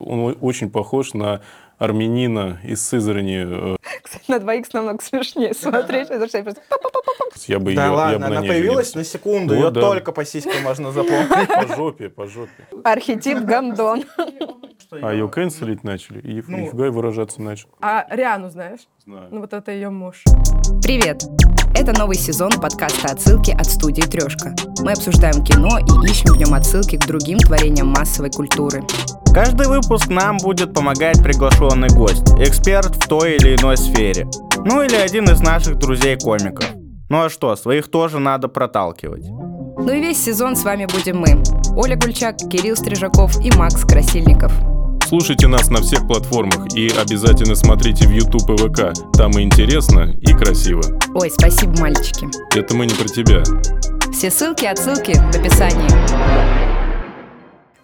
Он очень похож на армянина из Сызрани. э, Кстати, на 2х намного смешнее смотреть, потому что я просто... Я бы Да ее, я бы ладно, на она ней появилась женился. на секунду, Ну ее да. только по сиське можно запомнить. По жопе, по жопе. Архетип Гандон. А ее канцелить начали, и Ну. нифига и выражаться начали. А Риану знаешь? Знаю. Ну вот это ее муж. Привет! Это новый сезон подкаста «Отсылки» от студии «Трешка». Мы обсуждаем кино и ищем в нем отсылки к другим творениям массовой культуры. Каждый выпуск нам будет помогать приглашенный гость, эксперт в той или иной сфере. Ну или один из наших друзей-комиков. Ну а что, своих тоже надо проталкивать. Ну и весь сезон с вами будем мы. Оля Гульчак, Кирилл Стрижаков и Макс Красильников. Слушайте нас на всех платформах и обязательно смотрите в YouTube и ВК. Там и интересно, и красиво. Ой, спасибо, мальчики. Это мы не про тебя. Все ссылки и отсылки в описании.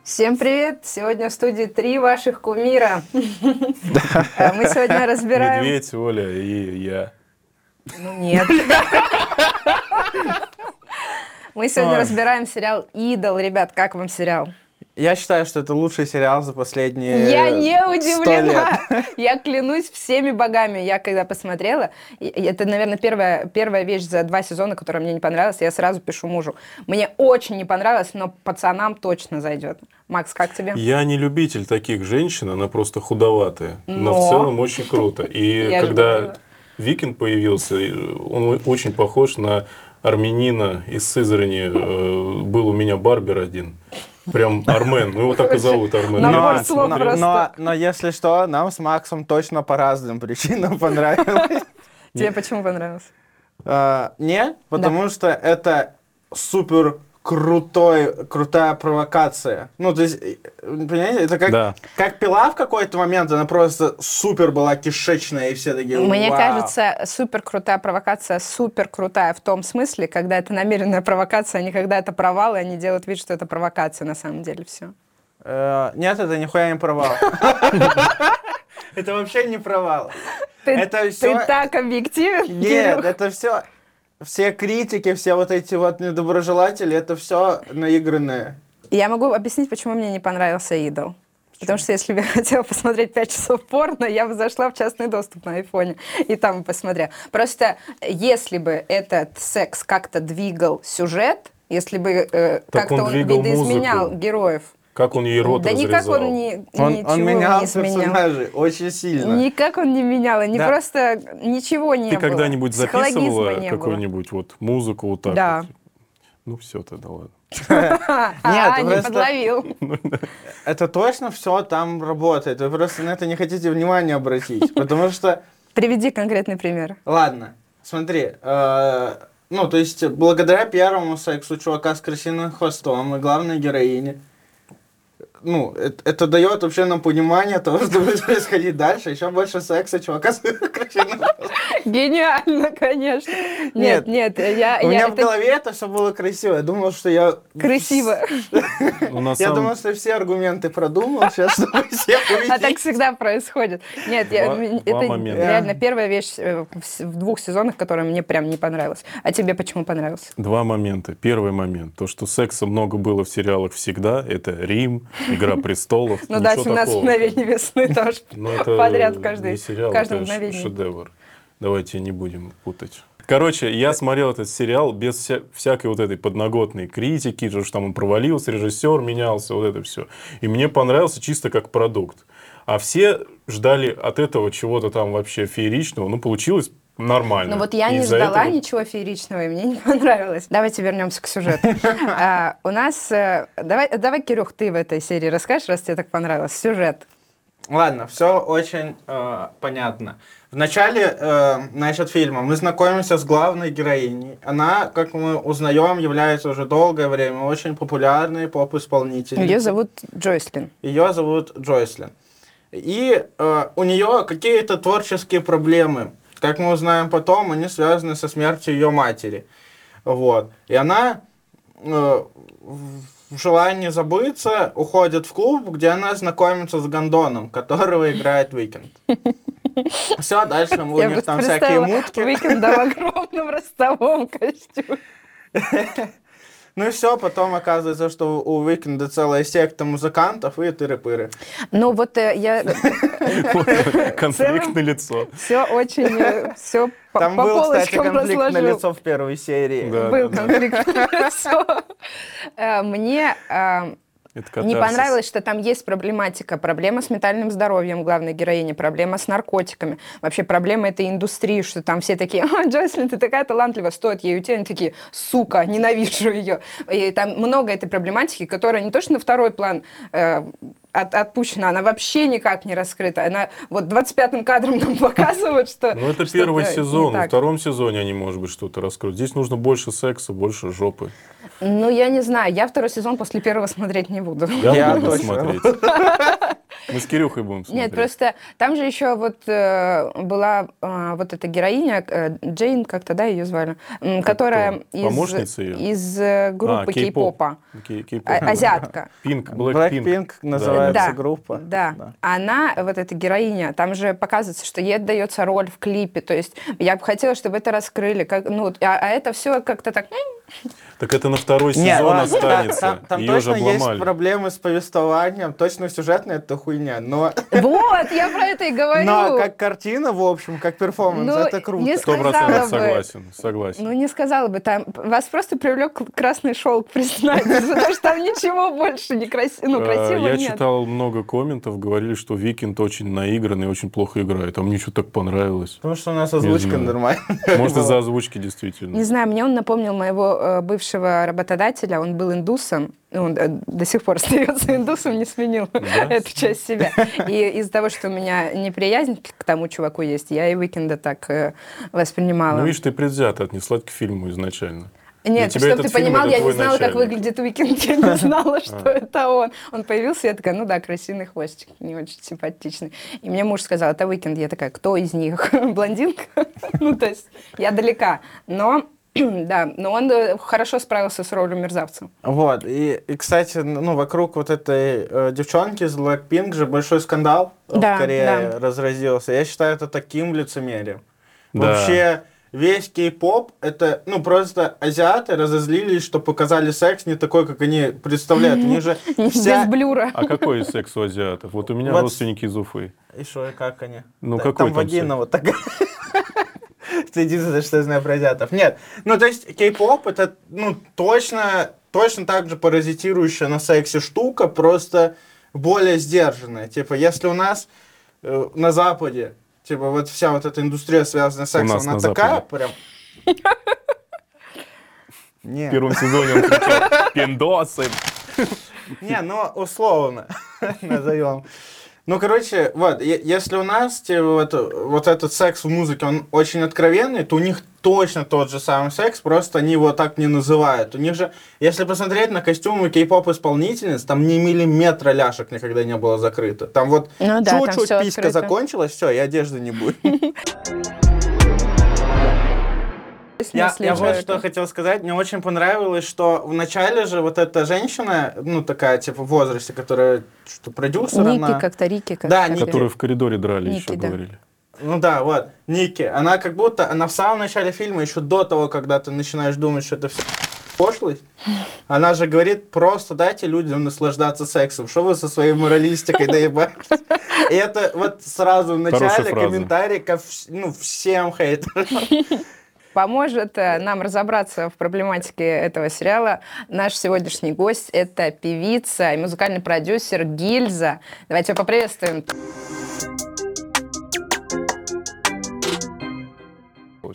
Всем привет! Сегодня в студии три ваших кумира. А Мы сегодня разбираем... Медведь, Оля и я. Ну, Нет. Мы сегодня Ой. разбираем сериал «Идол». Ребят, как вам сериал? Я считаю, что это лучший сериал за последние Я не 100 удивлена. Э, лет. Я клянусь всеми богами. Я когда посмотрела, и- и это, наверное, первая, первая вещь за два сезона, которая мне не понравилась. Я сразу пишу мужу. Мне очень не понравилось, но пацанам точно зайдет. Макс, как тебе? Я не любитель таких женщин, она просто худоватая. Но, Но. в целом очень круто. И Я же когда говорила. Викинг появился, и он очень похож на армянина из Сызрани. Э, Был у меня барбер один. Прям Армен. Ну, его так и зовут Армен. Нам Я Набор Но, больше слов но- посмотрел. просто. но- но если что, нам с Максом точно по разным причинам понравилось. Тебе почему понравилось? А, Не, потому что это супер крутой, крутая провокация. Ну, то есть, э, понимаете, это как, Да. как пила в какой-то момент, она просто супер была кишечная, и все такие, Мне «Вау». кажется, супер крутая провокация, супер крутая в том смысле, когда это намеренная провокация, а не когда это провал, и они делают вид, что это провокация на самом деле все. Э, Нет, это нихуя не провал. Это вообще не провал. Ты, Это ты всё- так объективен, Нет, Кирюх. это все... Все критики, все вот эти вот недоброжелатели, это все наигранное. Я могу объяснить, почему мне не понравился «Идол». Потому что если бы я хотела посмотреть 5 часов порно, я бы зашла в частный доступ на айфоне и там посмотрела. Просто если бы этот секс как-то двигал сюжет, если бы э, Так как-то он он, двигал видоизменял музыку. героев. Как он ей рот да никак разрезал. он ни, Он, ничего он менял не изменял. персонажей очень сильно. Никак он не менял, не Да. просто ничего не Ты было. когда-нибудь Психологизма записывала не было. какую-нибудь вот музыку вот так? Да. вот? Ну, все тогда ладно. А, Нет, а, не просто- подловил. Это точно все там работает. Вы просто на это не хотите внимания обратить. Потому что, Приведи конкретный пример. ладно, смотри, э, ну, то есть, благодаря первому сексу чувака с крысиным хвостом и главной героине, ну, э- это, дает вообще нам понимание того, что будет происходить дальше. Еще больше секса чувака с крысиным хвостом. Гениально, конечно. Нет, Нет. нет, я... У А я- меня в это голове это все было красиво. Я думал, что я... Красиво. Ну, на Я самом- думал, что все аргументы продумал, сейчас чтобы всех А так увидеть. всегда происходит. Нет, я- Два- два м, это момента. реально первая вещь э, в с- в двух сезонах, которая мне прям не понравилась. А тебе почему понравился? Два момента. Первый момент. То, что секса много было в сериалах всегда, это Рим, Игра престолов. Ну да, ничего 17 такого. мгновений весны тоже Но Ну, это подряд каждый, не сериал, в каждом это ш- мгновении. шедевр. Давайте не будем путать. Короче, я смотрел этот сериал без вся- всякой вот этой подноготной критики, потому что там он провалился, режиссер менялся, вот это все. И мне понравился чисто как продукт. А все ждали от этого чего-то там вообще фееричного. Ну, получилось нормально. Ну вот я И не из-за ждала этого- ничего фееричного, и мне не понравилось. Давайте вернемся к сюжету. А, У нас... э, Давай, давай, Кирюх, ты в этой серии расскажешь, раз тебе так понравилось. Сюжет. Ладно, все очень э, понятно. В начале, э, значит, фильма мы знакомимся с главной героиней. Она, как мы узнаем, является уже долгое время очень популярной поп-исполнителем. Ее зовут Джойслин. Ее зовут Джойслин. И э, у нее какие-то творческие проблемы. Как мы узнаем потом, они связаны со смертью ее матери. Вот. И она э, в желании забыться уходит в клуб, где она знакомится с Гондоном, которого играет Уикенд. Все, дальше у Я них просто там всякие представила мутки. Уикенда в огромном ростовом костюме. Ну и все, потом оказывается, что у Уикенда целая секта музыкантов и тыры-пыры. Ну вот э, я Конфликт на лицо. все очень, все по Там по был, кстати, полочкам конфликт на разложил. лицо в первой серии. Да, Был да, да. конфликт на лицо. Э, Мне э, Это катарсис. Не понравилось, что там есть проблематика. Проблема с ментальным здоровьем главной героини, проблема с наркотиками. Вообще проблема этой индустрии, что там все такие, «А, Джослин, ты такая талантливая, стоит ей уйти. Они такие, сука, ненавижу ее. И там много этой проблематики, которая не то что на второй план э, от- отпущена, она вообще никак не раскрыта. Она вот 25-м кадром нам показывают, что... Ну, это что-то первый не сезон. Во так. втором сезоне они, может быть, что-то раскроют. Здесь нужно больше секса, больше жопы. Ну, я не знаю, я второй сезон после первого смотреть не буду. Я, Я буду точно. смотреть. Мы с Кирюхой будем смотреть. Нет, просто там же еще вот э, была э, вот эта героиня, э, Джейн как-то, да, ее звали, м, которая из, Помощница её? из э, группы А, кей-поп. кей-попа, Кей- кей-поп. А- азиатка. Пинк, Блэк Blackpink Пинк. называется Да. группа. Да. она, вот эта героиня, там же показывается, что ей отдается роль в клипе, то есть я бы хотела, чтобы это раскрыли, как, ну, вот, а, а это все как-то так, «М, Так это на второй Не, сезон ладно, Там, останется. там- там Ее же точно есть обломали. проблемы с повествованием, точно сюжетная это хуйня, но, вот, я про это и говорю. но как картина, в общем, как перформанс, Ну, это круто. не Сто сказала бы. процентов согласен. Ну, Согласен. не сказала бы, там вас просто привлек красный шелк, признайтесь, потому что там ничего больше не красиво, ну, Э, красиво Я нет. читал много комментов, говорили, что Викинд очень наигранный, очень плохо играет. А мне что так понравилось. Потому что у нас озвучка знаю. нормальная. Может, из-за Была. озвучки Не действительно. знаю, мне он напомнил моего э, бывшего работодателя, он был индусом, он э, до сих пор остается индусом, не сменил эту часть себя. И из-за того, что у меня неприязнь к к тому чуваку есть, я и Уикенда так э, воспринимала. Ну, видишь, ты предвзято отнеслась к фильму изначально. для Нет, тебя чтобы этот ты фильм понимал, это я не твой знала, как начальник. выглядит Уикенд, я не знала, что это он. Он появился, я такая, ну да, красивый хвостик, не очень симпатичный. И мне муж сказал, это Уикенд. Я такая, кто из них? Блондинка? Ну, то есть я далека. Но, да, но он э, хорошо справился с ролью мерзавца. Вот, и, и, кстати, ну, вокруг вот этой э, девчонки из Blackpink же большой скандал Да, в Корее да. разразился. Я считаю это таким лицемерием. Да. Вообще, весь кей-поп, это, ну, просто азиаты разозлились, что показали секс не такой, как они представляют. У них же Без вся... блюра. А какой секс у азиатов? Вот у меня Вот. родственники из Уфы. И что, и как они? Ну, Та- какой там там вагина секс? вот такая. Это единственное, что я знаю про азиатов. Нет, ну, то есть, кей-поп это, ну, точно, точно так же паразитирующая на сексе штука, просто более сдержанная. Типа, если у нас э, на Западе, типа, вот вся вот эта индустрия, связанная с У сексом, нас она на такая Западе. прям... В Нет. первом сезоне он кричал «Пиндосы!» Не, ну, условно назовем. Ну, короче, вот, е- если у нас типа, вот, вот этот секс в музыке, он очень откровенный, то у них точно тот же самый секс, просто они его так не называют. У них же, если посмотреть на костюмы кей-поп-исполнительниц, там ни миллиметра ляшек никогда не было закрыто. Там вот Ну да, там чуть-чуть всё писька открыто. закончилась, все, и одежды не будет. В Я, смысле я же- вот что хотел сказать. Мне очень понравилось, что в начале же вот эта женщина, ну, такая, типа, в возрасте, которая что продюсер, она... Ники как-то, Рики как-то. Да, Ники. Которые в коридоре драли, Ники, еще да. говорили. Ну да, вот, Ники. Она как будто, она в самом начале фильма, еще до того, когда ты начинаешь думать, что это все пошлость, она же говорит, просто дайте людям наслаждаться сексом. Что вы со своей моралистикой доебаетесь? И это вот сразу в Хорошая начале фраза. комментарий ко вс- ну, всем хейтерам. Поможет э, нам разобраться в проблематике этого сериала наш сегодняшний гость. Это певица и музыкальный продюсер Гильза. Давайте ее поприветствуем.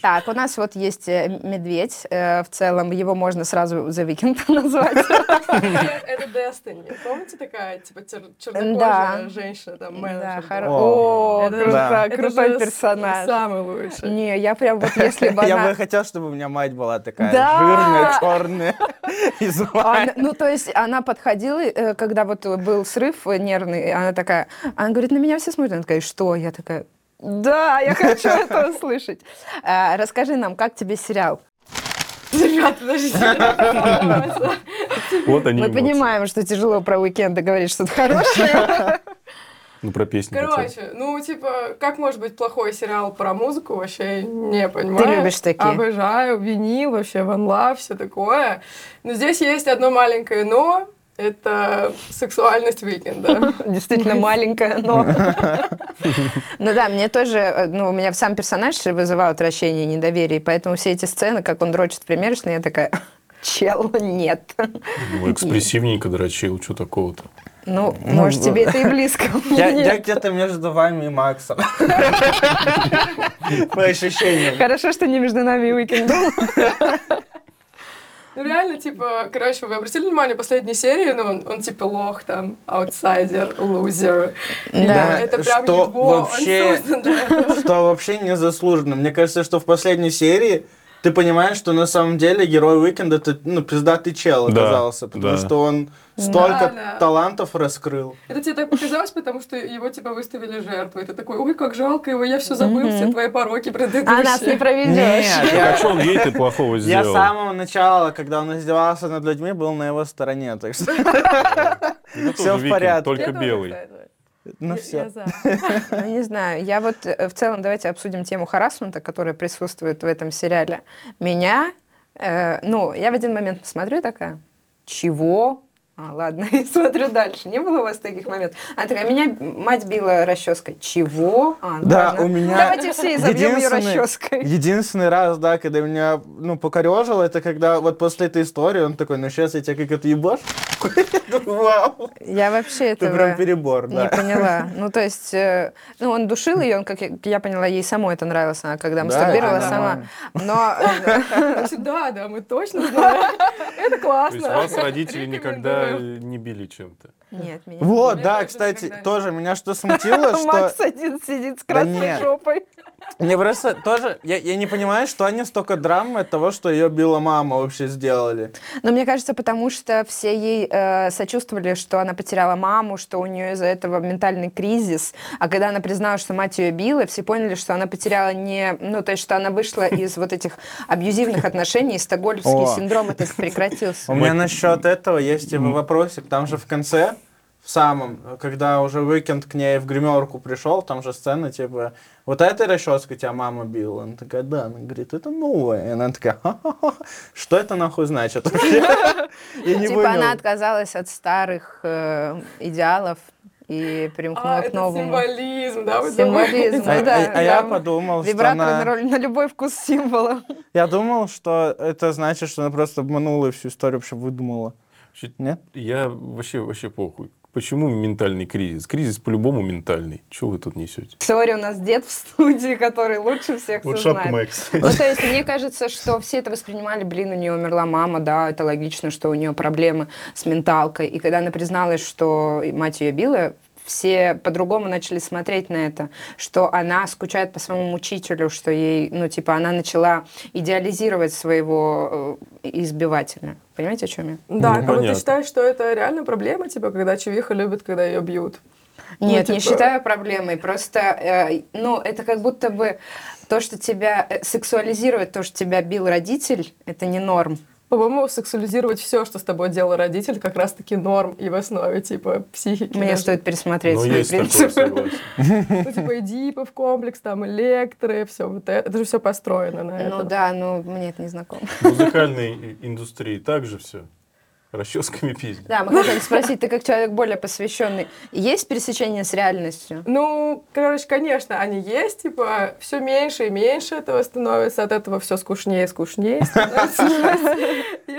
Так, у нас вот есть э, медведь. Э, В целом его можно сразу за викинг назвать. Это Destiny. Помните такая, типа, чер- Да. чернокожая женщина, там, Да, менеджер? хоро- О, О, Это же- круто, Это крутой же персонаж. Самый лучший. Не, я прям вот если бы Я она- бы хотел, чтобы у меня мать была такая Да! жирная, черная, из А Вани. она- ну, то есть она подходила, э, когда вот э, был срыв э, нервный, и она такая, она говорит, на меня все смотрят, она такая, что? Я такая, да, я хочу это услышать. А, Расскажи нам, как тебе сериал? Ребят, подождите. Вот они Мы эмоции. понимаем, что тяжело про уикенды говорить что-то хорошее. Ну, про песню. хотя бы. Короче, ну, типа, как может быть плохой сериал про музыку, вообще не понимаю. любишь такие? Обожаю, винил, вообще One Love, все такое. Но здесь есть одно маленькое «но», это сексуальность Уикенда. Действительно маленькая, но... Ну да, мне тоже, э, ну, у меня сам персонаж вызывал отвращение и недоверие, и поэтому все эти сцены, как он дрочит в примерочной, я такая, чел, нет. Ну, экспрессивненько дрочил, что такого-то? Ну, может, тебе это и близко. Я, Нет. я где-то между вами и Максом. По ощущениям. Хорошо, что не между нами и уикенд. Ну, реально, типа, короче, вы обратили внимание, последнюю серию, ну, он, он типа лох там, аутсайдер, лузер. И Да, это прям что его, он вообще- создан для этого. Что вообще незаслуженно. Мне кажется, что в последней серии ты понимаешь, что на самом деле герой Уикенда это, ну, пиздатый чел Да, оказался, потому да. что он столько Да, да. талантов раскрыл. Это тебе так показалось, потому что его типа выставили жертвой. Ты такой, ой, как жалко его, я все забыл, все твои пороки А нас не предыдущие. проведешь. А что он ей ты плохого Я сделал? с самого начала, когда он издевался над людьми, был на его стороне, так что Это тоже всё в Викинг, порядке. Только Я тоже белый. за это. ну Я- все. я за. Ну, не знаю. Я вот э, в целом, давайте обсудим тему харасмента, которая присутствует в этом сериале. Меня, э, ну, я в один момент посмотрю и такая, чего? А, ладно, и смотрю дальше. Не было у вас таких моментов? Она такая, меня мать била расческой. Чего? А, ну Да, ладно. у меня Давайте все и забьем ее единственный- расческой. Единственный раз, да, когда меня, ну, покорежило, это когда вот после этой истории он такой, ну, сейчас я тебя как отъебашь. Вау. Я вообще Это этого прям перебор, не да. поняла. Ну, то есть, э, ну, он душил ее, он, как я, я поняла, ей самой это нравилось, она когда Да, мастурбировала это сама. нормально. Но э, Так что Да, да, мы точно знаем. Это То есть вас классно. родители никогда Рекомендую. э, не били чем-то? нет, меня Вот, Мне да, тоже кстати, никогда не- тоже меня что смутило, что... Макс один сидит с Да красной нет. жопой. Мне просто тоже... Я, я не понимаю, что они столько драмы от того, что ее била мама вообще сделали. Но мне кажется, потому что все ей э, сочувствовали, что она потеряла маму, что у нее из-за этого ментальный кризис. А когда она призналась, что мать ее била, все поняли, что она потеряла не... Ну, то есть, что она вышла из вот этих абьюзивных отношений, и стокгольмский О. синдром этот прекратился. У меня насчет этого есть и вопросик. Там же в конце, в самом, когда уже Уикенд к ней в гримерку пришел, там же сцена типа, вот этой расческой тебя мама била. Она такая, да. Она говорит, это новая. И она такая, «Ха-ха-ха, что это нахуй значит вообще?» Я не Типа она понял. отказалась от старых э, идеалов и А, примкнула к это новому. символизм, да, вы Символизм, А- думаете? ну да. А а я да. подумал, что Вибратор на она... роль- на любой вкус символа. Я думал, что это значит, что она просто обманула и всю историю вообще выдумала. Вообще, Нет? Я вообще, вообще похуй. Почему ментальный кризис? Кризис по-любому ментальный. Чего вы тут несете? Теория у нас дед в студии, который лучше всех все знает. Ну, то есть, мне кажется, что все это воспринимали, блин, у нее умерла мама, да, это логично, что у нее проблемы с менталкой. И когда она призналась, что мать ее била, все по-другому начали смотреть на это, что она скучает по своему учителю, что ей, ну, типа, она начала идеализировать своего э, избивателя. Понимаете, о чем я? Да, Ну, как бы ты понятно. считаешь, что это реально проблема, типа, когда чувиха любит, когда ее бьют? Нет, Ну, не типа- считаю проблемой. Просто, э, ну, это как будто бы то, что тебя э, сексуализирует, то, что тебя бил родитель, это не норм. По-моему, сексуализировать все, что с тобой делал родитель, как раз-таки норм и в основе, типа, психики. Мне даже. стоит пересмотреть Ну, свои есть такое, принципы. согласен. Ну, типа, Эдипов комплекс, там, электры, все вот это. Это же все построено на Ну этом. да, ну мне это не знакомо. В музыкальной индустрии также все. Расческами пиздят. Да, мы хотели спросить, ты как человек более посвященный, есть пересечение с реальностью? Ну, короче, конечно, они есть, типа, все меньше и меньше этого становится, от этого все скучнее и скучнее становится. И,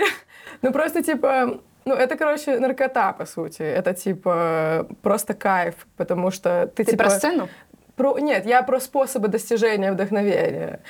Ну, просто, типа, ну, это, короче, наркота, по сути. Это, типа, просто кайф, потому что ты, Ты типа... про сцену? про- Нет, я про способы достижения вдохновения.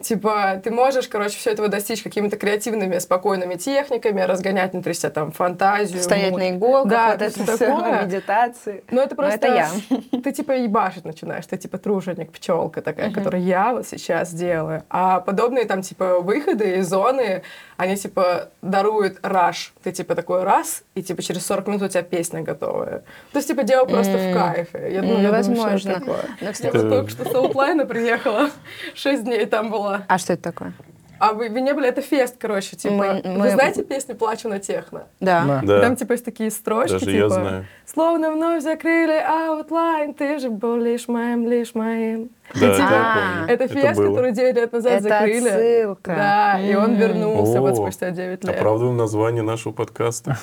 Типа, ты можешь, короче, все этого достичь какими-то креативными, спокойными техниками, разгонять внутри себя там фантазию. Стоять муть. на иголках, Да, вот это что всё, такое. медитации. Ну, это Но просто... это я. Ты типа ебашить начинаешь, ты типа труженик, пчелка такая, которую я вот сейчас делаю. А подобные там типа выходы и зоны, они типа даруют раш. Ты типа такой раз, и типа через 40 минут у тебя песня готовая. То есть типа дело просто в кайфе. Я, ну, М, я думаю, что возможно. это такое. Но, Я кстати, вот только что с аутлайна приехала, 6 дней там была. А что это такое? А, А вы, вы не были? Это фест, короче, типа. Мы- Вы мы- знаете песню «Плачу на техно»? Да. Да. Там, типа, есть такие строчки, Даже типа... я знаю. Словно вновь закрыли аутлайн, ты же был лишь моим, лишь моим. Да, И, типа, да, я помню. это фест, было. который 9 лет назад А. Это закрыли. отсылка. Да, и он М. вернулся вот О. спустя А 9 лет. Оправдываем название нашего подкаста.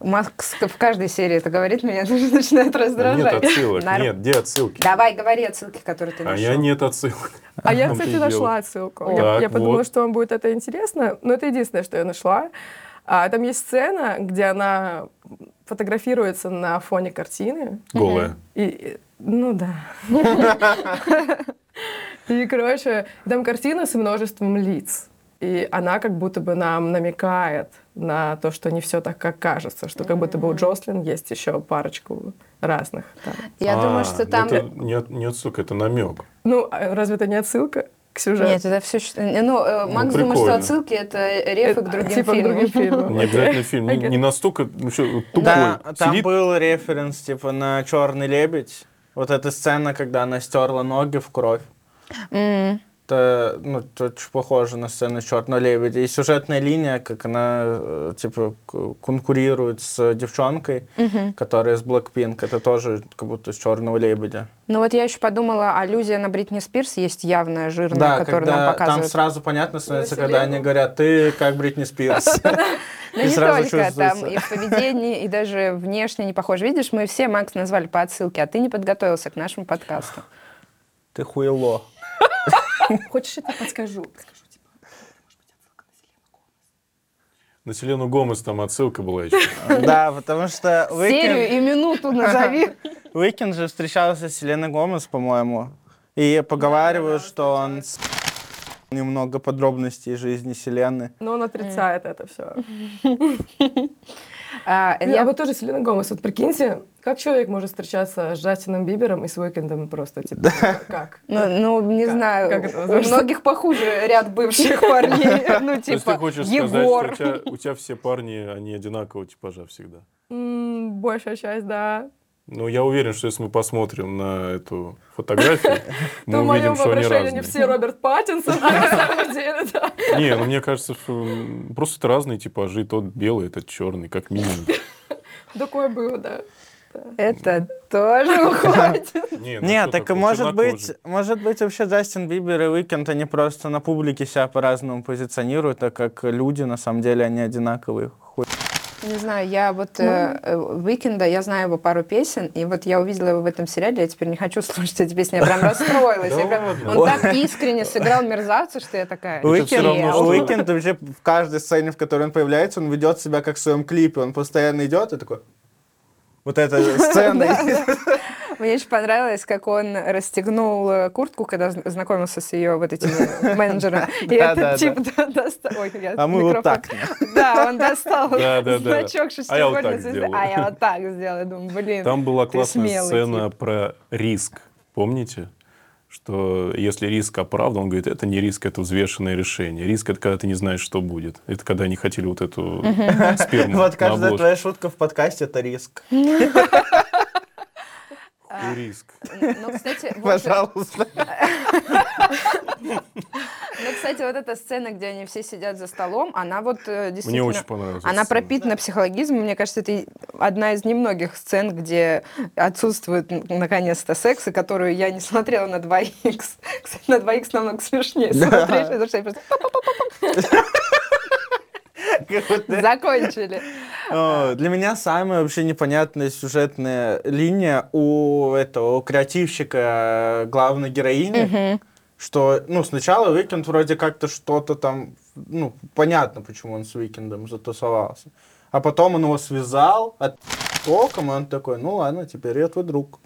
Макс в каждой серии это говорит, меня даже начинает Нет раздражать. отсылок. Нар- Нет, где отсылки? Давай, говори отсылки, которые ты А нашел. я нет отсылок. А я, В том-то кстати, и дело. нашла отсылку. О. Я, Так, я подумала, вот. что вам будет это интересно, но это единственное, что я нашла. А, там есть сцена, где она фотографируется на фоне картины. Голая. И, и- ну да. И, короче, там картина с множеством лиц. И она как будто бы нам намекает на то, что не все так, как кажется, что как будто бы у Джослин есть еще парочку разных. там. Я А, думаю, что там... Это не от- не отсылка, это намек. Ну, а разве это не отсылка к сюжету? Нет, это все... Ну, э, Ну, Макс думает, что прикольно. отсылки — это рефы к Э, другим типа к другим фильмам. фильмам. Не обязательно фильм. Не, Окей. не настолько ну, всё, тупой. Да, там Сидит- был референс, типа, на черный лебедь. Вот эта сцена, когда она стерла ноги в кровь. М. Это, ну, это очень похоже на сцену черного лебедя. И сюжетная линия, как она, э, типа, к- конкурирует с девчонкой, которая из Blackpink. Это тоже как будто с черного лебедя. Ну вот я еще подумала, аллюзия на Бритни Спирс есть явная, жирная, которую когда нам там показывают. сразу понятно становится, когда Василеву. они говорят, ты как Бритни Спирс. Ну И не сразу только, там чувствуется. и в поведении, и даже внешне не похоже. Видишь, мы все Макс назвали по отсылке, а ты не подготовился к нашему подкасту. Ты хуело. Хочешь, я тебе подскажу? Подскажу, типа. На Селену Гомес там отсылка была еще. Да, потому что Серию Уикенд и минуту назови. Уикенд же встречался с Селеной Гомес, по-моему. И поговаривают, что он с- немного подробностей жизни Селены. Но он отрицает это все. А, Я я- бы тоже Селена Гомес. Вот прикиньте, как человек может встречаться с Джастином Бибером и с Уикендом просто, типа, как? Ну, ну, не Как- знаю, как это у возможно? многих похуже ряд бывших парней. Ну, То есть ты типа, хочешь сказать, Егор. что у тебя, у тебя все парни, они одинакового типажа всегда. М, Большая часть, да. Ну, я уверен, что если мы посмотрим на эту фотографию, То мы в моем увидим, что они воображении не разные. все Роберт Паттинсон, а на самом деле, да. Не, ну мне кажется, что м, просто это разные типажи. Тот белый, этот черный, как минимум. Такое было, да. Это тоже уходит. Не, ну Не, что так такое, может быть, чернокожий. может быть вообще Джастин Бибер и Уикенд, они просто на публике себя по-разному позиционируют, так как люди, на самом деле, они одинаковые. Хуй. Не знаю, я вот э, э, Уикенда, я знаю его пару песен, и вот я увидела его в этом сериале, я теперь не хочу слушать эти песни, я прям расстроилась. я Да прям- ладно. Он так искренне сыграл мерзавца, что я такая... всё Уикенд, равно, что- Уикенд вообще в каждой сцене, в которой он появляется, он ведет себя как в своем клипе. Он постоянно идет и такой... Вот эта сцена. Мне очень понравилось, как он расстегнул э, куртку, когда зн- знакомился с ее вот этим э, менеджером. И Да, этот да, тип да, достал... Ой, я А мы вот микрофон. так. Да, он достал Да, да, да. значок А я вот шестиугольной так звезды. сделаю. А я вот так сделала. Думаю, блин, Там была ты классная смелый сцена тип. про риск. Помните? Что если риск оправдан, он говорит, это не риск, это взвешенное решение. Риск — это когда ты не знаешь, что будет. Это когда они хотели вот эту сперму Вот на каждая обложку. твоя шутка в подкасте — это риск. А, И риск. Ну, кстати, вот- Пожалуйста. ну, кстати, вот эта сцена, где они все сидят за столом, она вот э, Мне действительно... очень понравилась. эта Она сцена. пропитана психологизмом. Мне кажется, это и одна из немногих сцен, где отсутствует н- наконец-то секс, и которую я не смотрела на 2х. Кстати, на 2х намного смешнее Да. смотреть, потому что я просто закончили. Э, Для меня самая вообще непонятная сюжетная линия у этого у креативщика э, главной героини, что, ну, сначала Уикенд вроде как-то что-то там, ну, понятно, почему он с Уикендом затусовался. А потом он его связал от током, и он такой, ну ладно, теперь я твой друг.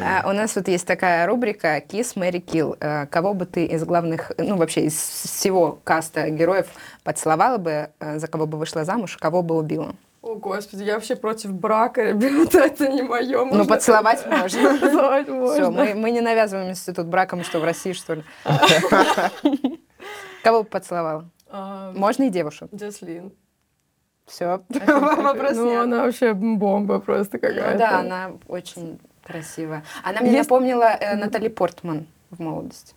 А, у нас вот есть такая рубрика «Kiss, Mary, Kill». Э, Кого бы ты из главных, ну вообще из всего каста героев поцеловала бы, э, за кого бы вышла замуж, кого бы убила? О, господи, я вообще против брака, ребята, это не мое. Ну, поцеловать можно. Поцеловать Все, можно. мы, мы не навязываем институт брака, мы что, в России, что ли? Кого бы поцеловала? А, Можно и девушек. Джаслин. Все, вопрос Ну, нет. она вообще бомба просто Ну какая-то. да, она очень Красивая. Она мне Есть- напомнила э, Натали Портман в молодости.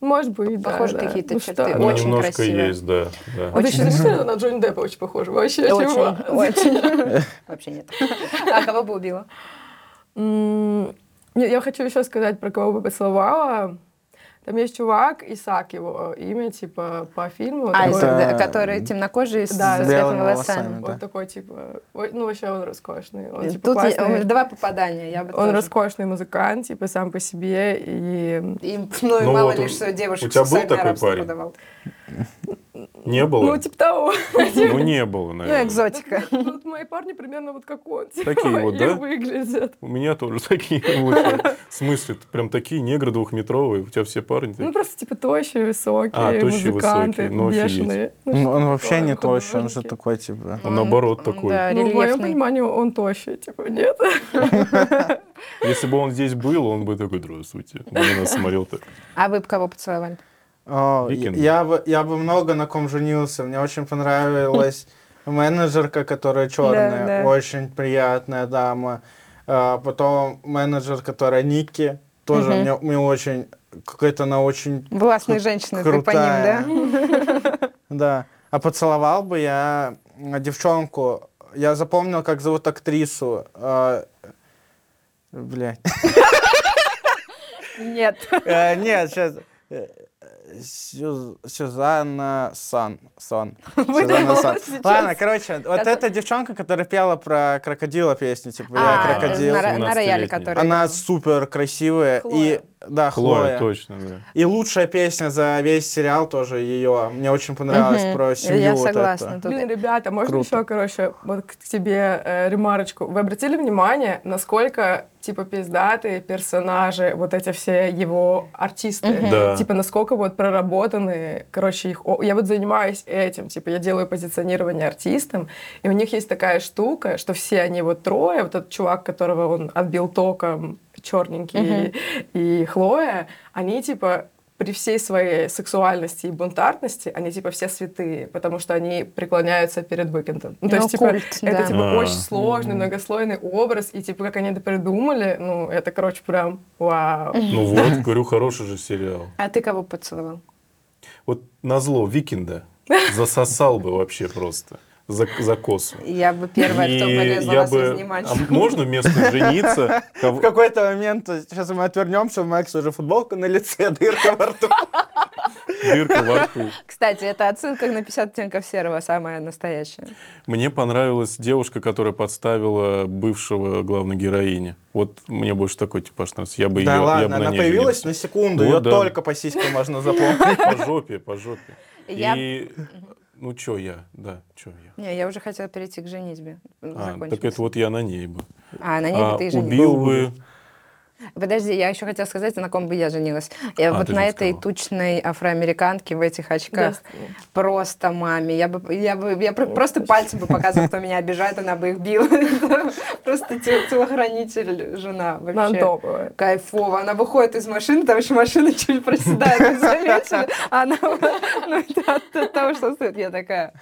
Может быть, да, Похожи да. какие-то Ну черты. что? Она очень немножко красивая. есть, да. да. Вот ты еще знаешь, что она на Джонни Деппа очень похожа. Вообще, чувак. Очень, очень. Вообще нет. А кого бы убила? М, Нет, я хочу еще сказать, про кого бы поцеловала. Там есть чувак, Исаак его имя, типа, по фильму. А, такой, Это- да, который темнокожий с Да, с с светлыми белыми волосами. волосами. да. Он такой, типа, ой, ну вообще он роскошный. Он, типа, Э, Тут я- классный. два попадания, я бы Он тоже. роскошный музыкант, типа, сам по себе. И... Им, ну, и Ну мало вот ли, у- что девушек у тебя был сексуальное такой рабство парень? продавал. Не Ну, было? типа того. Ну, не было, Ну, наверное. экзотика. Вот мои парни примерно вот как он. типа, Такие вот, и да? выглядят. У меня тоже такие были. В смысле, ты прям такие негры двухметровые, у тебя все парни Ну, такие. просто, типа, тощие, высокие, А, тощие, музыканты, высокие, ну, офигеть. бешеные. Он, он вообще не Ой, тощий, он же художники. такой, типа... Он А наоборот м, такой. Да, Ну, в моем рельефный. понимании, он тощий, типа, нет. Если бы он здесь был, он бы такой, здравствуйте. Он на нас смотрел так. А вы бы кого поцеловали? О, Викинг. я, бы, я бы много на ком женился. Мне очень понравилась менеджерка, которая черная. Да, да. Очень приятная дама. А, потом менеджер, которая Ники. Тоже Мгм. мне, мне очень... Какая-то она очень Властные женщины, Ну, ты по ним, да? крутая. Да. А поцеловал бы я м, девчонку. Я запомнил, как зовут актрису. А, Блядь. Нет. Э, Нет, сейчас. Сюзанна Сан. Сон. Сюзанна Сан. Ладно, короче, вот Который- эта девчонка, которая пела про крокодила песню, типа А, я э, крокодил. на, ро- на рояле, 17-летний. который... Она супер красивая. И Хлоя. да, Хлоя, Хлоя. точно, да. И лучшая песня за весь сериал тоже ее. Мне очень понравилось Мгм. про семью. Я вот это. согласна тут. Ну, Блин, ребята, можно Круто. еще, короче, вот к тебе э, ремарочку. Вы обратили внимание, насколько, типа, пиздатые персонажи, вот эти все его артисты, Мгм. Да. типа, насколько вот проработаны, короче, их... о- Я вот занимаюсь этим, типа, я делаю позиционирование артистам, и у них есть такая штука, что все они вот трое, вот этот чувак, которого он отбил током, черненький, и Хлоя, они типа при всей своей сексуальности и бунтарности, они типа все святые, потому что они преклоняются перед Уикендом. Ну, то Ну, есть, типа, культ, это да. типа А. очень сложный, многослойный образ, и типа как они это придумали, ну, это, короче, прям вау. Ну вот, говорю, хороший же сериал. А ты кого поцеловал? Вот назло Викинда засосал бы вообще просто за, за косу. Я бы первая, кто И полезла я вас бы- разнимать. А можно вместо жениться? В кого- какой-то момент, сейчас мы отвернемся, у Макса уже футболка на лице, дырка во рту. Дырка во рту. Кстати, это отсылка на 50 оттенков серого, самая настоящая. Мне понравилась девушка, которая подставила бывшего главной героини. Вот мне больше такой типаж нравится. Я бы Да ее, я бы ладно, на она ней появилась на женился. секунду, Вот ее да. только по сиськам можно запомнить. По жопе, по жопе. Я- И ну чё я, да, чё я. Не, я уже хотела перейти к женитьбе. А, Закончилось. так это вот я на ней бы. А, на ней А, ты и женилась. убил бы. Подожди, я еще хотела сказать, на ком бы я женилась. Я А, вот ты на же этой сказала. тучной афроамериканке в этих очках. Просто маме. Я бы, я бы, я про- просто пальцем бы показывала, кто меня обижает, она бы их била. Просто те- телохранитель, жена вообще. Нантоповая. Кайфово. Она выходит из машины, там еще машина чуть проседает, не заметили. А Она ну, это от, от того, что стоит. Я такая...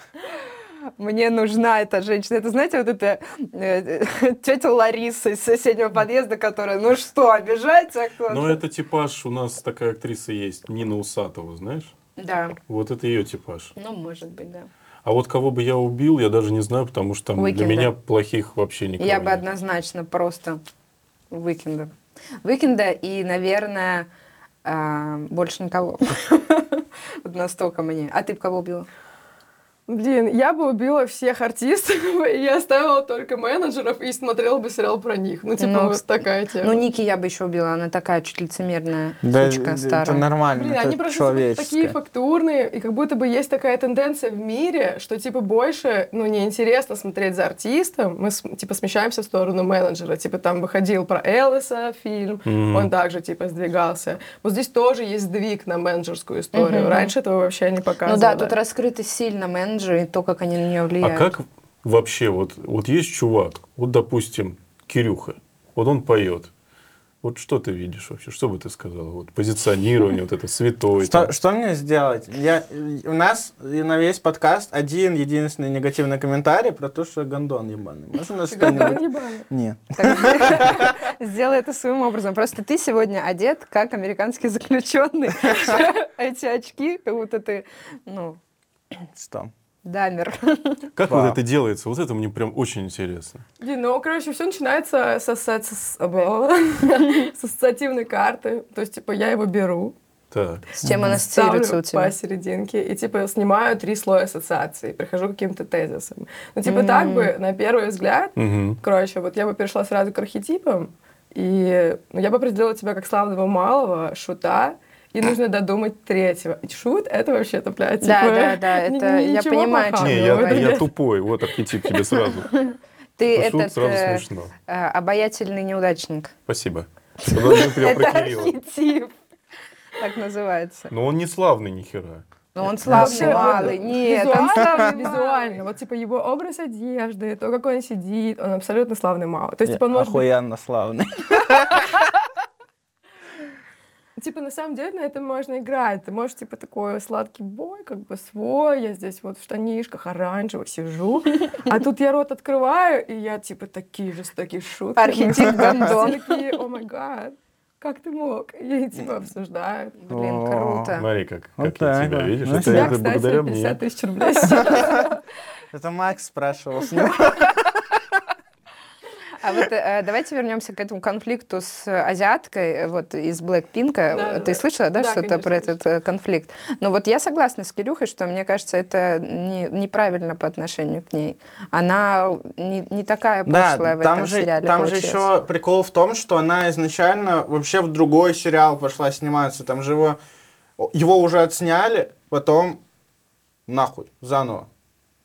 Мне нужна эта женщина. Это, знаете, вот эта э, э, тетя Лариса из соседнего подъезда, которая, ну что, обижается кто-то? Но Ну, это типаж, у нас такая актриса есть, Нина Усатова, знаешь? Да. Вот это ее типаж. Ну, может быть, да. А вот кого бы я убил, я даже не знаю, потому что там Уикенда. для меня плохих вообще никого Я бы нет. однозначно просто Уикенда. Уикенда и, наверное, а, больше никого. Вот настолько мне. А ты бы кого убила? Блин, я бы убила всех артистов, и я оставила только менеджеров и смотрела бы сериал про них. Ну, типа, Ну, вот такая тема. Ну, Ники я бы еще убила. Она такая чуть лицемерная сучка э, это старая. Ну нормально, Блин, они это просто типа такие человеческое. фактурные, и как будто бы есть такая тенденция в мире, что типа больше, ну, неинтересно смотреть за артистом, мы с- типа смещаемся в сторону менеджера, типа там выходил про Элвиса фильм, Мгм. он также типа сдвигался. Вот здесь тоже есть сдвиг на менеджерскую историю, Мгм. раньше этого вообще не Ну показывали. да, тут раскрыты сильно менеджеры и то, как они на нее А влияют. как вообще, вот, вот есть чувак, вот, допустим, Кирюха, вот он поет. Вот что ты видишь вообще? Что бы ты сказал? Вот позиционирование, вот это святой. Что, там. что мне сделать? Я, у нас и на весь подкаст один единственный негативный комментарий про то, что я гондон ебаный. Можно нас Гондон что-нибудь? ебаный. Нет. Так, Сделай это своим образом. Просто ты сегодня одет, как американский заключенный. Эти очки, как будто ты, ну, Что? дамер. Как Вау. вот это делается? Вот это мне прям очень интересно. Блин, ну, короче, все начинается с, асо- с- с ассоциативной карты. То есть, типа, я его беру, Так. С чем она ставлю ассоциируется у тебя? посерединке и, типа, снимаю три слоя ассоциаций, прихожу к каким-то тезисам. Ну, типа, так бы, на первый взгляд, Мгм. короче, вот я бы перешла сразу к архетипам, и ну, я бы определила тебя как славного малого, шута, и нужно додумать третьего. Шут — это вообще топляет. Да, да, да, это я понимаю, о чем Не, ну, я, это я нет. тупой, вот архетип тебе сразу. Ты Пошел этот сразу э, смешно. э, обаятельный неудачник. Спасибо. Подожди, прям про Это Кирилла. архетип. Так называется. Но он не славный ни хера. Но он славный, малый. Нет, он славный, визуально. Вот, типа, его образ одежды, то, как он сидит, он абсолютно славный малый. То есть, типа, он может быть Охуенно славный. Типа, на самом деле, на этом можно играть. Ты можешь, типа, такой сладкий бой, как бы свой, я здесь вот в штанишках оранжевых сижу, а тут я рот открываю, и я, типа, такие жестокие шутки. Архетип гондон. Все такие, о май гад, как ты мог? И, типа, обсуждают. Блин, круто. Смотри, как, Вот как я так тебя вот. видишь. Ну, Это, Я, это кстати, благодаря 50 мне. тысяч рублей сейчас. Это Макс спрашивал. А вот э, давайте вернемся к этому конфликту с э, азиаткой, э, вот из Блэкпинка. Да, да, Ты да. слышала, да, Да, что-то конечно, про этот э, конфликт? Но вот я согласна с Кирюхой, что мне кажется, это не- неправильно по отношению к ней. Она не, не такая Да, пошлая в там этом же, сериале. там же получается. еще прикол в том, что она изначально вообще в другой сериал пошла сниматься. Там же его, его уже отсняли, потом нахуй, заново.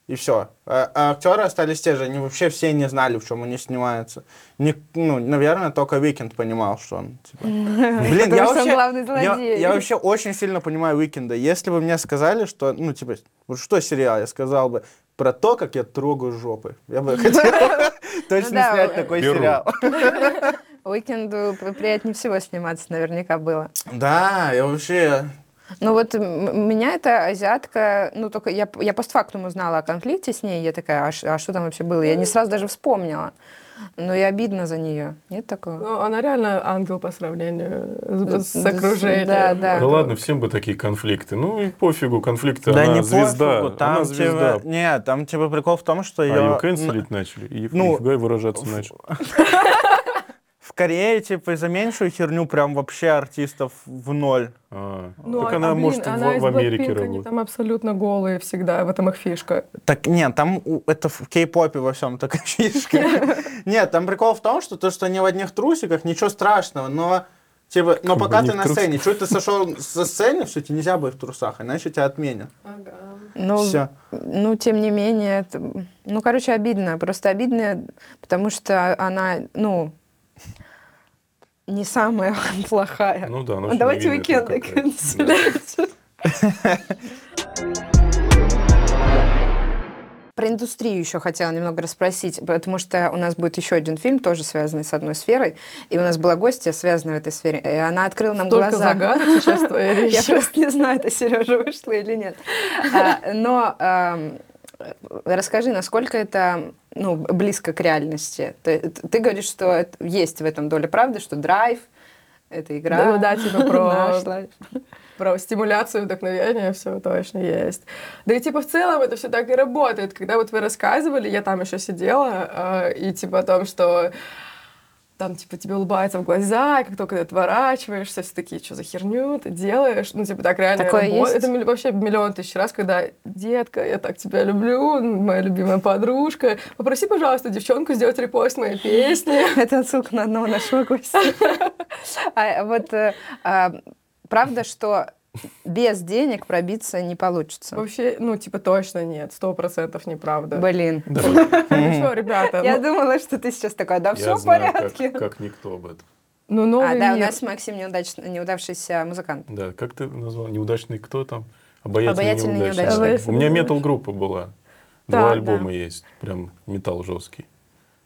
И все. А, а актеры остались те же, они вообще все не знали, в чем они снимаются. Ни- ну, наверное, только Уикенд понимал, что он. типа- Блин, Потому я что он вообще, главный я, злодей. я вообще очень сильно понимаю Уикенда. Если бы мне сказали, что, ну, типа, вот что сериал, я сказал бы про то, как я трогаю жопы. Я бы хотел точно Ну да, снять э, такой Беру. сериал. Уикенду п- приятнее всего сниматься наверняка было. Да, я вообще... Ну вот м- меня эта азиатка, ну только я, п- я постфактум узнала о конфликте с ней, я такая, а, ш- а что там вообще было? Я не сразу даже вспомнила. Но и обидно за нее. Нет такого? Ну, Она реально ангел по сравнению с- Да, с окружением. да, да. Да ладно, всем бы такие конфликты. Ну и пофигу, конфликты. да она не звезда. пофигу, там она звезда. типа- Нет, там типа прикол в том, что А её ее н- канцелить начали. И Ну, нифига и выражаться начали. в Корее типа за меньшую херню прям вообще артистов в ноль. А, Ну, так а- она а, блин, может и в, она из в Америке Blackpink, Они работать. там абсолютно голые всегда, в этом их фишка. Так нет, там у- это в кей-попе во всем такая фишка. Нет, там прикол в том, что то, что они в одних трусиках, ничего страшного, но типа, но В пока ты одних на трусиках. сцене, что ты сошел со сцены, все, тебе нельзя быть в трусах, иначе тебя отменят. Ну, Все. ну, тем не менее, это, ну, короче, обидно. Просто обидно, потому что она, ну, не самая плохая. Ну да, она А Ну, очень давайте невинная Уикенда какая-то. канцелять. Про индустрию еще хотела немного расспросить, потому что у нас будет еще один фильм, тоже связанный с одной сферой, и у нас была гостья, связанная в этой сфере, и она открыла нам Только глаза. загадок сейчас твоя речь. Я просто не знаю, это Сережа вышла или нет. А, Но эм, расскажи, насколько это ну, близко к реальности? Ты, ты говоришь, что это- есть в этом доля правды, что драйв — это игра. Ну да, типа про- наш лайф. Про стимуляцию, вдохновение, все точно есть. Да и типа в целом это все так и работает. Когда вот вы рассказывали, я там еще сидела, э, и типа о том, что там, типа, тебе улыбаются в глаза, и как только ты отворачиваешься, все такие, что за херню ты делаешь? Ну, типа, так реально Такое работает. есть? Это милли- вообще миллион тысяч раз, когда, детка, я так тебя люблю, моя любимая подружка, попроси, пожалуйста, девчонку сделать репост моей песни. Это отсылка на одного нашего гостя. А вот э, а, правда, что без денег пробиться не получится. Вообще, ну, типа, точно нет, сто процентов неправда. Блин. Ну что, ребята, Я ну, думала, что ты сейчас такая, да Я все в знаю, как- порядке. Как, никто об этом. ну, А, новый да, у мир. нас Максим неудачный, неудавшийся музыкант. Да, как ты назвал? Неудачный кто там? Обаятельный, Обаятельный неудачный. неудачник. У меня метал-группа была. Да, Два да. альбома есть. Прям металл жесткий.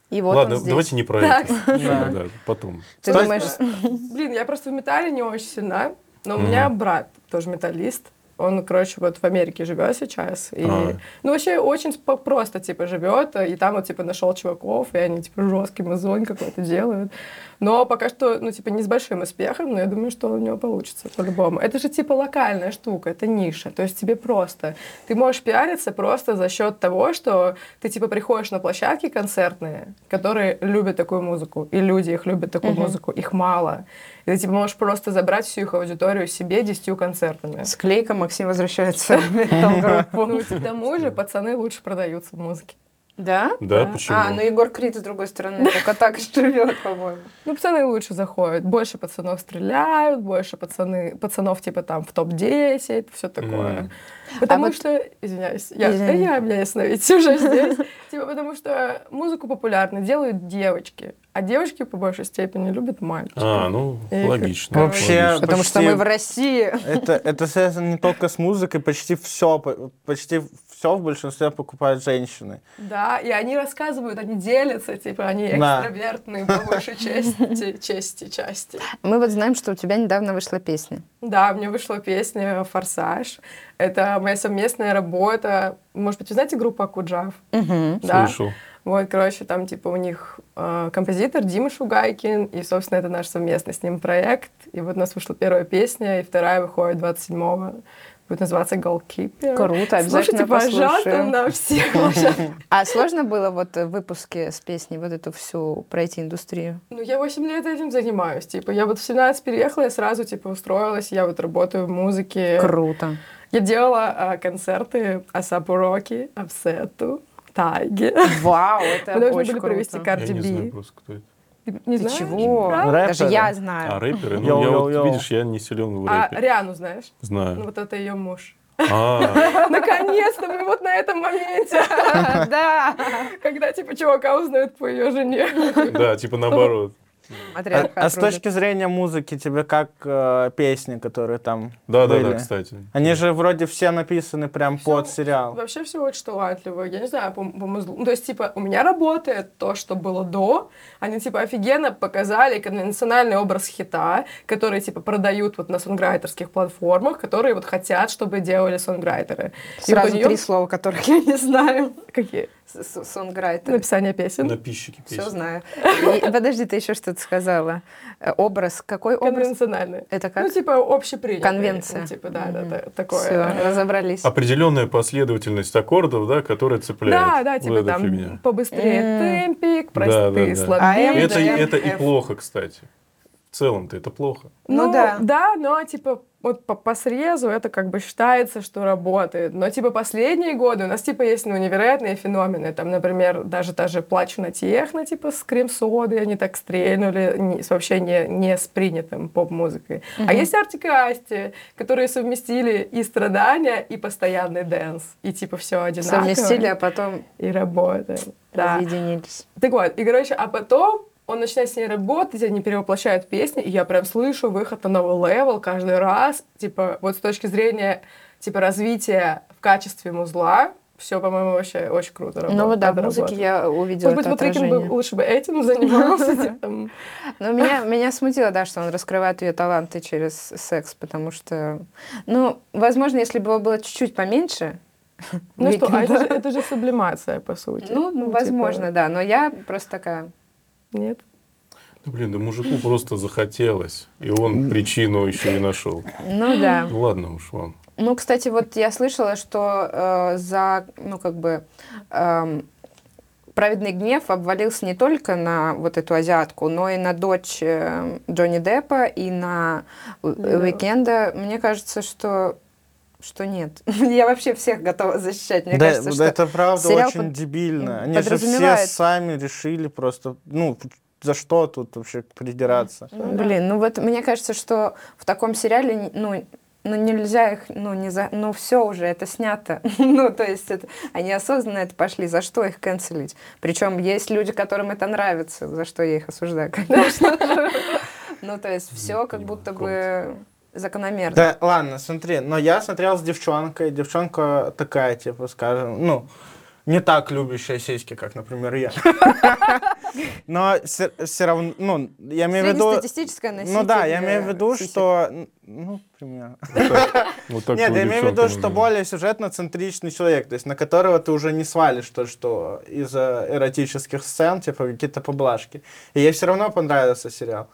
И вот Ладно, он здесь. давайте не про это. Да. Да, Потом. Ты Кстати, думаешь, Блин, я просто в металле не очень сильна, но у меня брат тоже металлист. Он, короче, вот в Америке живет сейчас. И, А. Ну, вообще очень спо- просто, типа, живет. И там, вот, типа, нашел чуваков, и они, типа, жесткий музон какой-то делают. Но пока что, ну, типа, не с большим успехом, но я думаю, что у него получится по-любому. Это же, типа, локальная штука, это ниша. То есть тебе просто... Ты можешь пиариться просто за счет того, что ты, типа, приходишь на площадки концертные, которые любят такую музыку, и люди их любят такую музыку, их мало. И ты, типа, можешь просто забрать всю их аудиторию себе десятью концертами. склейка Максим возвращается в метал-группу. Ну, типа, к тому же пацаны лучше продаются в музыке. Да? Да, почему? А, ну Егор Крид с другой стороны только так живет, по-моему. Ну, пацаны лучше заходят. Больше пацанов стреляют, больше пацаны, пацанов, типа, там, в топ-10, все такое. М. Потому А вот- что... Извиняюсь, я, Извини. я бля, остановить уже здесь. Типа, потому что музыку популярно делают девочки, а девочки, по большей степени, любят мальчиков. А, ну, Э, как- логично. Вообще, логично. Потому что Почти. мы в России. Это, это связано не только с музыкой, почти все, почти все в большинстве покупают женщины. Да, и они рассказывают, они делятся, типа, они Да. экстравертные по большей части, части, части. Мы вот знаем, что у тебя недавно вышла песня. Да, мне вышла песня «Форсаж». Это моя совместная работа. Может быть, вы знаете группу Акуджав? Да. Слышал. Вот, короче, там, типа, у них э, композитор Дима Шугайкин, и, собственно, это наш совместный с ним проект. И вот у нас вышла первая песня, и вторая выходит 27-го. Будет называться «Голкипер». Круто, обязательно Слушайте, пожалуйста, послушаем. на всех площадках. А сложно было вот в выпуске с песней вот эту всю пройти индустрию? Ну, я 8 лет этим занимаюсь, типа. Я вот в 17 переехала, я сразу, типа, устроилась, я вот работаю в музыке. Круто. Я делала э, концерты Асапу Роки, Апсету, Тайге. Вау, это Мы должны очень были круто. провести Я Карди не знаю Би. просто, кто это. Ты Не Ты знаешь? чего? Рэперы. Даже я А знаю. рэперы? Ну, Йоу, я йоу, вот, йоу. видишь, я не силен в А рэпе. Риану знаешь? Ну, Знаю. вот это ее муж. А, Наконец-то мы вот на этом моменте, Да. когда, типа, чувака узнают по ее жене. да, типа наоборот. А, Матриархат а с рулит. точки зрения музыки тебе как э, песни, которые там были? Да-да-да, кстати. Они же вроде все написаны прям под сериал. Вообще все очень талантливо. Я не знаю, по, по музлу. Ну, То есть, типа, у меня работает то, что было до. Они, типа, офигенно показали конвенциональный образ хита, который, типа, продают вот на сонграйтерских платформах, которые вот хотят, чтобы делали сонграйтеры. И вот Сразу у неё- три слова, которых я не знаю. Какие? С- с- Сонграйтер. Написание песен. Написчики Все песни. знаю. И- Подожди, ты еще что-то сказала. Э, Образ. Какой образ? Конвенциональные. Это как? Ну, типа, общепринятые. Конвенция. Ну, Типа, да, Мгм. да, та- такое. Все, разобрались. Определенная последовательность аккордов, да, которая цепляет. Да, да, Вот типа эта там фигня. побыстрее М. Да, да, темпик, простые да. Э. А слабее. Это, МДМ, это и F. плохо, кстати. В целом-то это плохо. Ну да. Да, но типа вот по, по срезу это как бы считается, что работает. Но типа последние годы у нас типа есть ну, невероятные феномены. Там, например, даже та же «Плачу на техно», типа с крем-содой они так стрельнули, не- с- вообще не, не с принятым поп-музыкой. А есть Артик и Асти, которые совместили и страдания, и постоянный дэнс. И типа все одинаково. Совместили, а потом И работает. Да. разъединились. Так вот, и, короче, а потом он начинает с ней работать, они перевоплощают песни, и я прям слышу выход на новый левел каждый раз. Типа, вот с точки зрения, типа, развития в качестве музла, все, по-моему, вообще очень круто работает. Ну вот да, в отработано. музыке я увидела Может быть, это вот Рикин отражение. бы лучше бы этим занимался, типа, там, Но меня, меня смутило, да, что он раскрывает ее таланты через секс, потому что, ну, возможно, если бы его было чуть-чуть поменьше, Ну что, а это Викинда. же- это же сублимация, по сути. ну, типа, возможно, да, но я просто такая, Нет. Да, блин, да мужику просто захотелось. И он причину еще не нашел. ну да. Ну ладно уж вам. Ну, кстати, вот я слышала, что э, за, ну, как бы, эм, праведный гнев обвалился не только на вот эту азиатку, но и на дочь э, Джонни Деппа и на У- Да. Уикенда. Мне кажется, что что нет. Я вообще всех готова защищать. Мне да, кажется, да что... это правда сериал очень под- дебильно. Они же все подразумевает- сами решили просто, ну, за что тут вообще придираться? Блин, ну вот мне кажется, что в таком сериале, н- ну, ну нельзя их, ну не за, ну все уже это снято, ну то есть это, они осознанно это пошли, за что их канцелить? Причем есть люди, которым это нравится, за что я их осуждаю, конечно. же. Ну то есть все как понимаю, будто бы закономерно. Да, ладно, смотри, но я смотрел с девчонкой, девчонка такая, типа, скажем, ну, не так любящая сиськи, как, например, я. Но все, равно, ну, я имею в виду... Среднестатистическая Ну да, я носитель, имею в э, виду, сисек. что... н- Ну, примерно. Вот так- вот так Нет, я имею в выглядит виду, что человек. более... более сюжетно-центричный человек, то есть на которого ты уже не свалишь то, что из-за эротических сцен, типа какие-то поблажки. И ей все равно понравился сериал.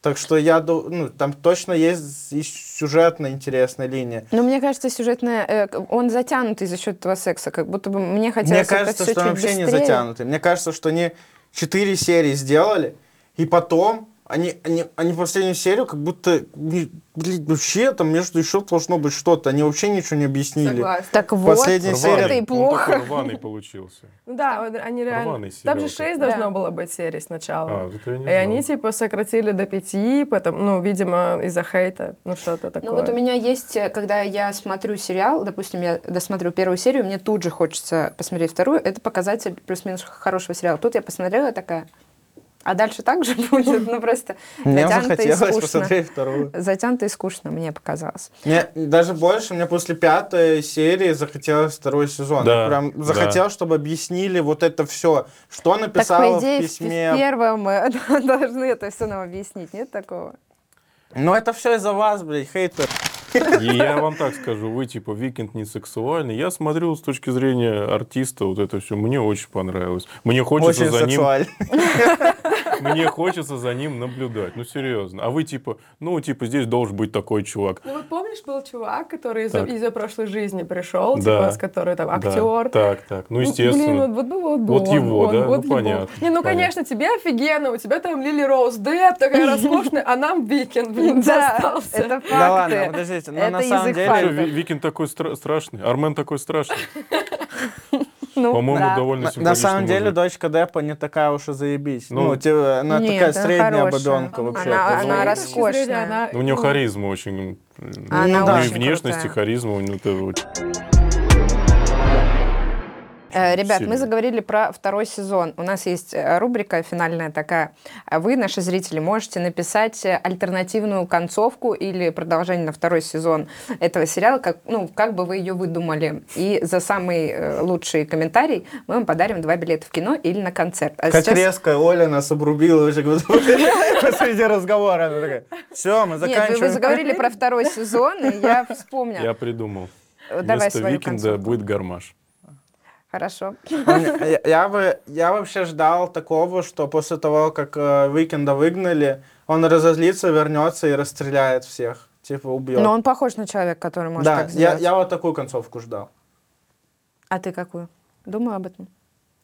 Так что я думаю, ну, там точно есть и сюжетно интересная линия. Ну, мне кажется, сюжетная... э, к- он затянутый за счет этого секса, как будто бы мне хотелось... Мне это кажется, всё что он чуть вообще не быстрее. затянутый. Мне кажется, что они четыре серии сделали, и потом они, они, они последнюю серию как будто не- блин, вообще там между еще должно быть что-то. Они вообще ничего не объяснили. Согласна. Так вот, Последняя вот серия- это и Он плохо. такой рваный получился. Ну Да, вот они реально... Рваный сериал Там же такой. шесть Да. должно было быть серий А, сначала. вот это я не И знал. они типа сократили до пяти, потом, ну, видимо, из-за хейта, ну что-то такое. Ну вот у меня есть, э, когда я смотрю сериал, допустим, я досмотрю первую серию, мне тут же хочется посмотреть вторую. Это показатель плюс-минус х- хорошего сериала. Тут я посмотрела такая, а дальше так же будет, ну просто Мне затянуто и захотелось скучно. посмотреть вторую. Затянуто и скучно, мне показалось. Мне даже больше, мне после пятой серии захотелось второй сезон. Да, Я прям да. захотел, чтобы объяснили вот это все, что так, написала по идее, в в письме. первом мы должны это все нам объяснить, нет такого? Ну это все из-за вас, блядь, хейтер. И я вам так скажу, вы типа викинг не сексуальный. Я смотрю с точки зрения артиста вот это все, мне очень понравилось. Мне хочется Очень за ним, сексуально. мне хочется за ним наблюдать. Ну серьезно. А вы типа, ну типа здесь должен быть такой чувак. Ну вот помнишь, был чувак, который из- Так. из-за прошлой жизни пришел, Да. типа, с которой там Да, актер. так, так. Ну Ну, Блин, вот, естественно. вот бы вот, бы Вот он, его, он, да? Ну, вот его. понятно, Не, понятно. ну, конечно, тебе офигенно, у тебя там Лили Роуз Депп такая роскошная, а нам Викинг, блин, Да, достался. это факты. Да ладно, подождите, ну, но Это на самом язык Вообще, деле... фактов. Ви- Викинг такой стра- страшный, Армен такой страшный. Ну, По-моему, да. довольно На, симпатичный самом деле мужик. дочка Деппа не такая уж и заебись. Ну. Ну, типа, она Нет, такая она средняя хорошая. бабенка вообще. Она- она С моей ну, точки зрения, роскошная. она- У него ну, харизма очень. м, Она ну, и очень внешность, и крутая. харизма у него тоже очень. Э, Ребят, Сильно. мы заговорили про второй сезон. У нас есть э, рубрика финальная такая. А Вы, наши зрители, можете написать э, альтернативную концовку или продолжение на второй сезон этого сериала, как, ну, как бы вы ее выдумали. И за самый э, лучший комментарий мы вам подарим два билета в кино или на концерт. А Как сейчас- резко Оля нас обрубила вообще как будто посреди разговора. Она такая, все, мы Нет, вы, вы заканчиваем. заговорили про второй сезон, и я вспомнила. Я придумал. Э, Давай Вместо свою Викинга концовку. будет гармаш. Хорошо. Ну, Я- Я, бы, я вообще ждал такого, что после того, как э, Уикенда выгнали, он разозлится, вернется и расстреляет всех. Типа убьет. Но Ну, он похож на человека, который может да, так я, сделать. я вот такую концовку ждал. А ты какую? Думала об этом?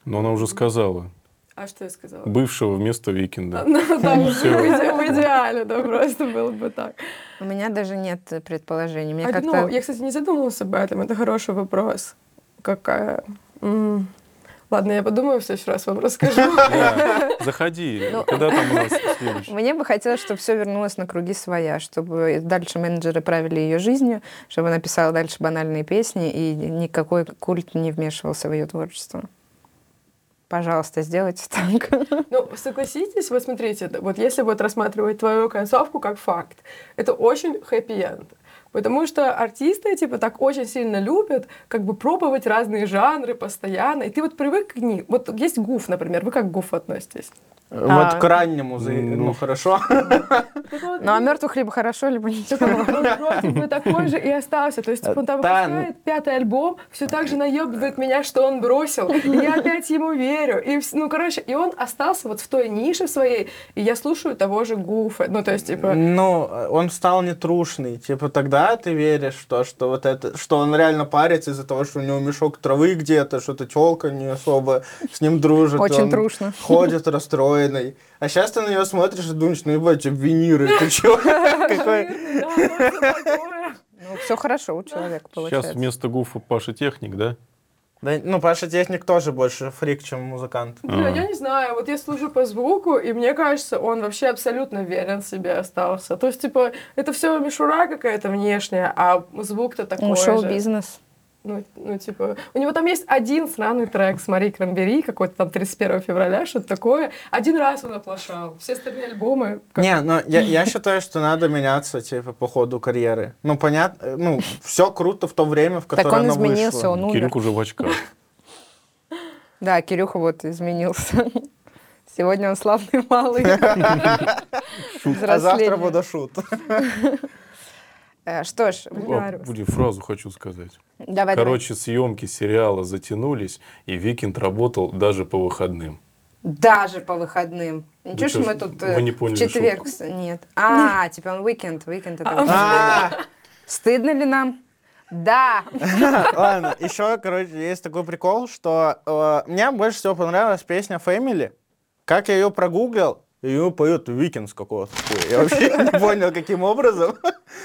Но она уже сказала. А что я сказала? Бывшего вместо Викинга. Ну, там Всё. в иде- в идеале, да, просто было бы так. У меня даже нет э, предположений. Мне А, как-то... ну, я, кстати, не задумывалась об этом, это хороший вопрос. Какая... М. Ладно, я подумаю, в следующий раз вам расскажу. Да. Заходи. Ну. Когда там у нас следующий? Мне бы хотелось, чтобы все вернулось на круги своя, чтобы дальше менеджеры правили ее жизнью, чтобы она писала дальше банальные песни, и никакой культ не вмешивался в ее творчество. Пожалуйста, сделайте так. Ну, согласитесь, вот смотрите, д- вот если вот рассматривать твою концовку как факт, это очень хэппи-энд. Потому что артисты, типа, так очень сильно любят, как бы, пробовать разные жанры постоянно. И ты вот привык к ним. Вот есть гуф, например. Вы как к гуфу относитесь? Э, А. Вот к раннему, за- Ну. ну хорошо. Ну, а мертвых либо хорошо, либо ничего. Против бы такой же и остался. То есть, типа, он там Да, ну- выпускает пятый альбом, все так же наебывает меня, что он бросил. И я опять ему верю. И, вс- ну, короче, и он остался вот в той нише своей, и я слушаю того же Гуфа. Ну, то есть, типа, Ну, э, он стал нетрушный. Типа тогда ты веришь, что, что вот это, что он реально парится из-за того, что у него мешок травы где-то, что-то телка не особо с ним дружит. Очень он трушно. Ходит расстроенный. А сейчас ты на нее смотришь и думаешь, ну ебать, виниры, ты чё? Какой- Да, вот всё такое. Ну, все хорошо у человека Сейчас получается. вместо Гуфа Паша Техник, да? Да, Ну, Паша Техник тоже больше фрик, чем музыкант. Бля, А. Я не знаю, вот я слушаю по звуку, и мне кажется, он вообще абсолютно верен себе остался. То есть, типа, это все мишура какая-то внешняя, а звук-то такой Ну, же. шоу-бизнес. Ну, ну, типа, у него там есть один сраный трек с Мари Крамбери, какой-то там 31 февраля, что-то такое. Один раз он оплошал. Все остальные альбомы... как- Не, но я, я считаю, что надо меняться, типа, по ходу карьеры. Ну, понятно, ну, все круто в то время, в которое Так он она изменился, вышла. он умер. Кирюк уже в очках. Да, Кирюха вот изменился. Сегодня он славный малый. А завтра Взросление. буду шут. Э, Что ж, О, блин, фразу хочу сказать. давай. Короче, съемки сериала затянулись, и Викинд работал даже по выходным. Даже по выходным. Ничего, что чё ж, мы тут вы э, не в поняли четверг... с- Нет. А, типа он уикенд, уикенд это... выходной. А, Стыдно ли нам? Да. Ладно, еще, короче, есть такой прикол, что э, мне больше всего понравилась песня Family. Как я ее прогуглил, ее поет Викинг с какого-то хуя. Я вообще не понял, каким образом,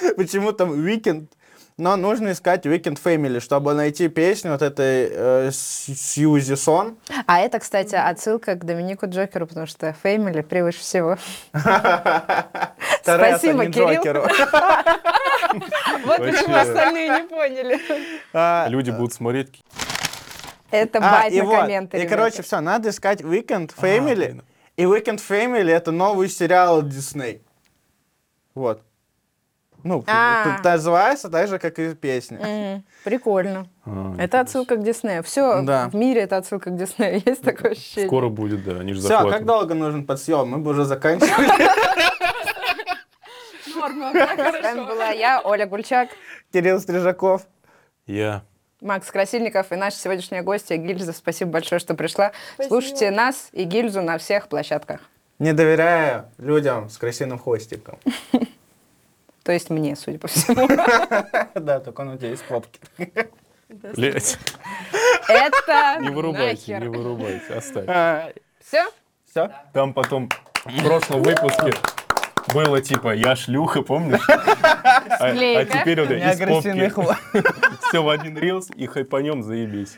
почему там Викинг. Но нужно искать Weekend Family, чтобы найти песню вот этой э, С- Сьюзи Сон. А это, кстати, отсылка к Доминику Джокеру, потому что Фэмили превыше всего. Торетто, Спасибо, не Кирилл. Джокеру. Вот Вообще. почему остальные не поняли. А, Люди будут смотреть. ки- Это А, байт и на вот. комменты. И, ребята. короче, все, надо искать Weekend Family. блин. и Weekend Family это новый сериал от Disney. Вот. Ну, А. тут называется так же, как и песня. Мгм. Прикольно. А, Это отсылка к Диснею. Все Да. в мире это отсылка к Диснею. Есть такое ощущение. Скоро будет, да, они же Все, а захватывают. как долго нужен подсъем? Мы бы уже заканчивали. Норма, да, С вами хорошо. была я, Оля Гульчак, Кирилл Стрижаков. Я. Макс Красильников и наша сегодняшняя гостья Гильза. Спасибо большое, что пришла. Спасибо. Слушайте нас и Гильзу на всех площадках. Не доверяя людям с крысиным хвостиком. То есть мне, судя по всему. Да, только он у тебя из пробки. Блять, Это не вырубайте, не нахер. вырубайте, оставь. А. Все? Все? Там потом в прошлом выпуске было типа «Я шлюха», помнишь? А, а Склейка. теперь вот Не агрессивный из попки. Все в один рилс и хайпанем заебись.